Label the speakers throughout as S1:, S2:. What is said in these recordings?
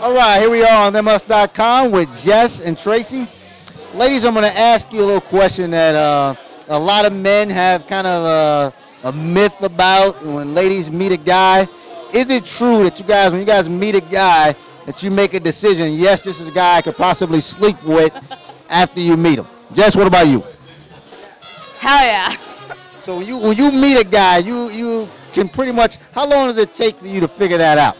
S1: All right, here we are on MMS.com with Jess and Tracy. Ladies, I'm going to ask you a little question that uh, a lot of men have kind of a, a myth about when ladies meet a guy. Is it true that you guys, when you guys meet a guy, that you make a decision, yes, this is a guy I could possibly sleep with after you meet him? Jess, what about you?
S2: Hell yeah.
S1: So when you, when you meet a guy, you, you can pretty much, how long does it take for you to figure that out?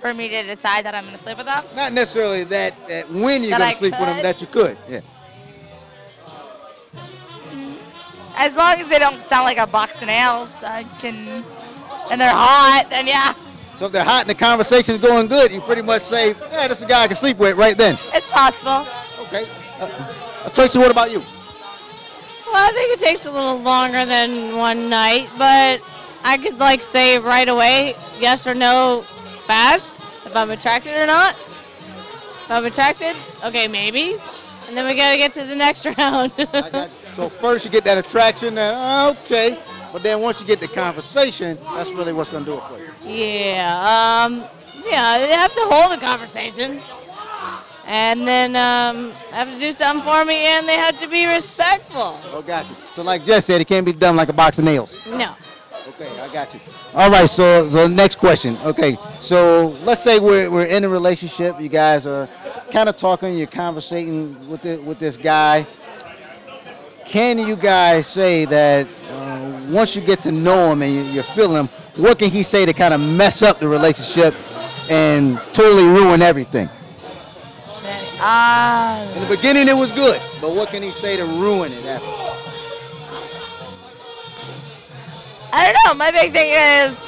S2: For me to decide that I'm going to sleep with them?
S1: Not necessarily that, that when you're
S2: That
S1: going
S2: I
S1: to sleep with him,
S2: could?
S1: that you could. Yeah.
S2: As long as they don't sound like a box of nails, I can. And they're hot, then yeah,
S1: So if they're hot and the conversation's going good, you pretty much say, yeah, this is a guy I can sleep with right then.
S2: it's possible.
S1: Okay. Uh, uh, Tracy, what about you?
S3: Well, I think it takes a little longer than one night, but I could like say right away yes or no fast if I'm attracted or not. If I'm attracted, okay, maybe. And then we gotta get to the next round.
S1: so first you get that attraction, then uh, okay. But then once you get the conversation, that's really what's going to do it for you.
S3: yeah, um, yeah, they have to hold a conversation. And then um, have to do something for me, and they have to be respectful.
S1: Oh, got you. So like Jess said, it can't be done like a box of nails.
S3: No.
S1: Okay, I got you. All right, so the next question. Okay, so let's say we're, we're in a relationship. You guys are kind of talking, you're conversating with, the, with this guy. Can you guys say that uh, once you get to know him and you, you're feeling him, what can he say to kind of mess up the relationship and totally ruin everything?
S2: Uh,
S1: In the beginning, it was good, but what can he say to ruin it after?
S2: I don't know. My big thing is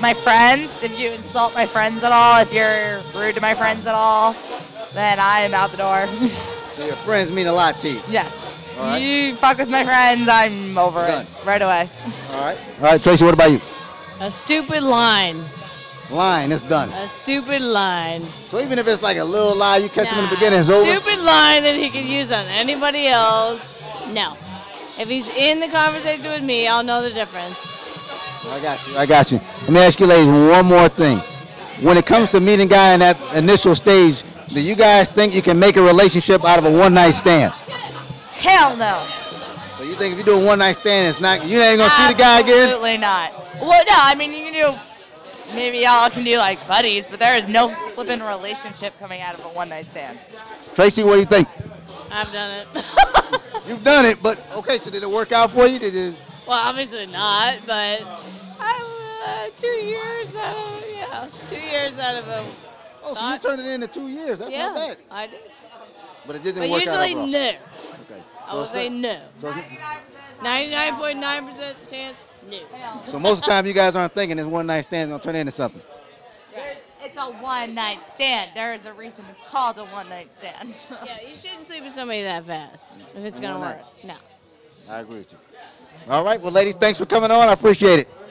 S2: my friends. If you insult my friends at all, if you're rude to my friends at all, then I am out the door.
S1: So your friends mean a lot to you.
S2: yes.
S1: All right.
S2: You fuck with my friends, I'm over
S1: Done.
S2: it right away.
S1: All right. All right, Tracy, what about you?
S3: A stupid line.
S1: Lying, it's done.
S3: A stupid line.
S1: So even if it's like a little lie, you catch him in the
S3: Nah,
S1: beginning, it's over.
S3: Stupid line that he could use on anybody else. No. If he's in the conversation with me, I'll know the difference.
S1: I got you. I got you. Let me ask you ladies one more thing. When it comes to meeting guy in that initial stage, do you guys think you can make a relationship out of a one night stand?
S2: Hell no.
S1: So you think if you do a one night stand, it's not you ain't gonna see the guy again?
S2: Absolutely not. Well, no, I mean, you can do, maybe y'all can do like buddies, but there is no flipping relationship coming out of a one night stand.
S1: Tracy, what do you think?
S3: I've done it.
S1: You've done it, but okay. So did it work out for you? Did it? oh,
S3: well, obviously not, but I, uh, two years out of, yeah, two years out of a,
S1: Oh, so you
S3: Not-
S1: turned it into two years. That's
S3: yeah,
S1: not bad.
S3: I did.
S1: But it didn't
S3: But
S1: work
S3: usually
S1: out. overall.
S3: no.
S1: Okay.
S3: I
S1: So,
S3: will
S1: it's
S3: say
S1: not- so
S3: no.
S1: it's not-
S3: 99.9% chance, no.
S1: so most of the time, you guys aren't thinking this one night stand is gonna turn into something.
S2: There- It's a one night stand. There is a reason it's called a one night stand.
S3: Yeah, you shouldn't sleep with somebody that fast if it's going to
S1: Why
S3: work.
S1: not?
S3: No.
S1: I agree with you. All right. Well, ladies, thanks for coming on. I appreciate it.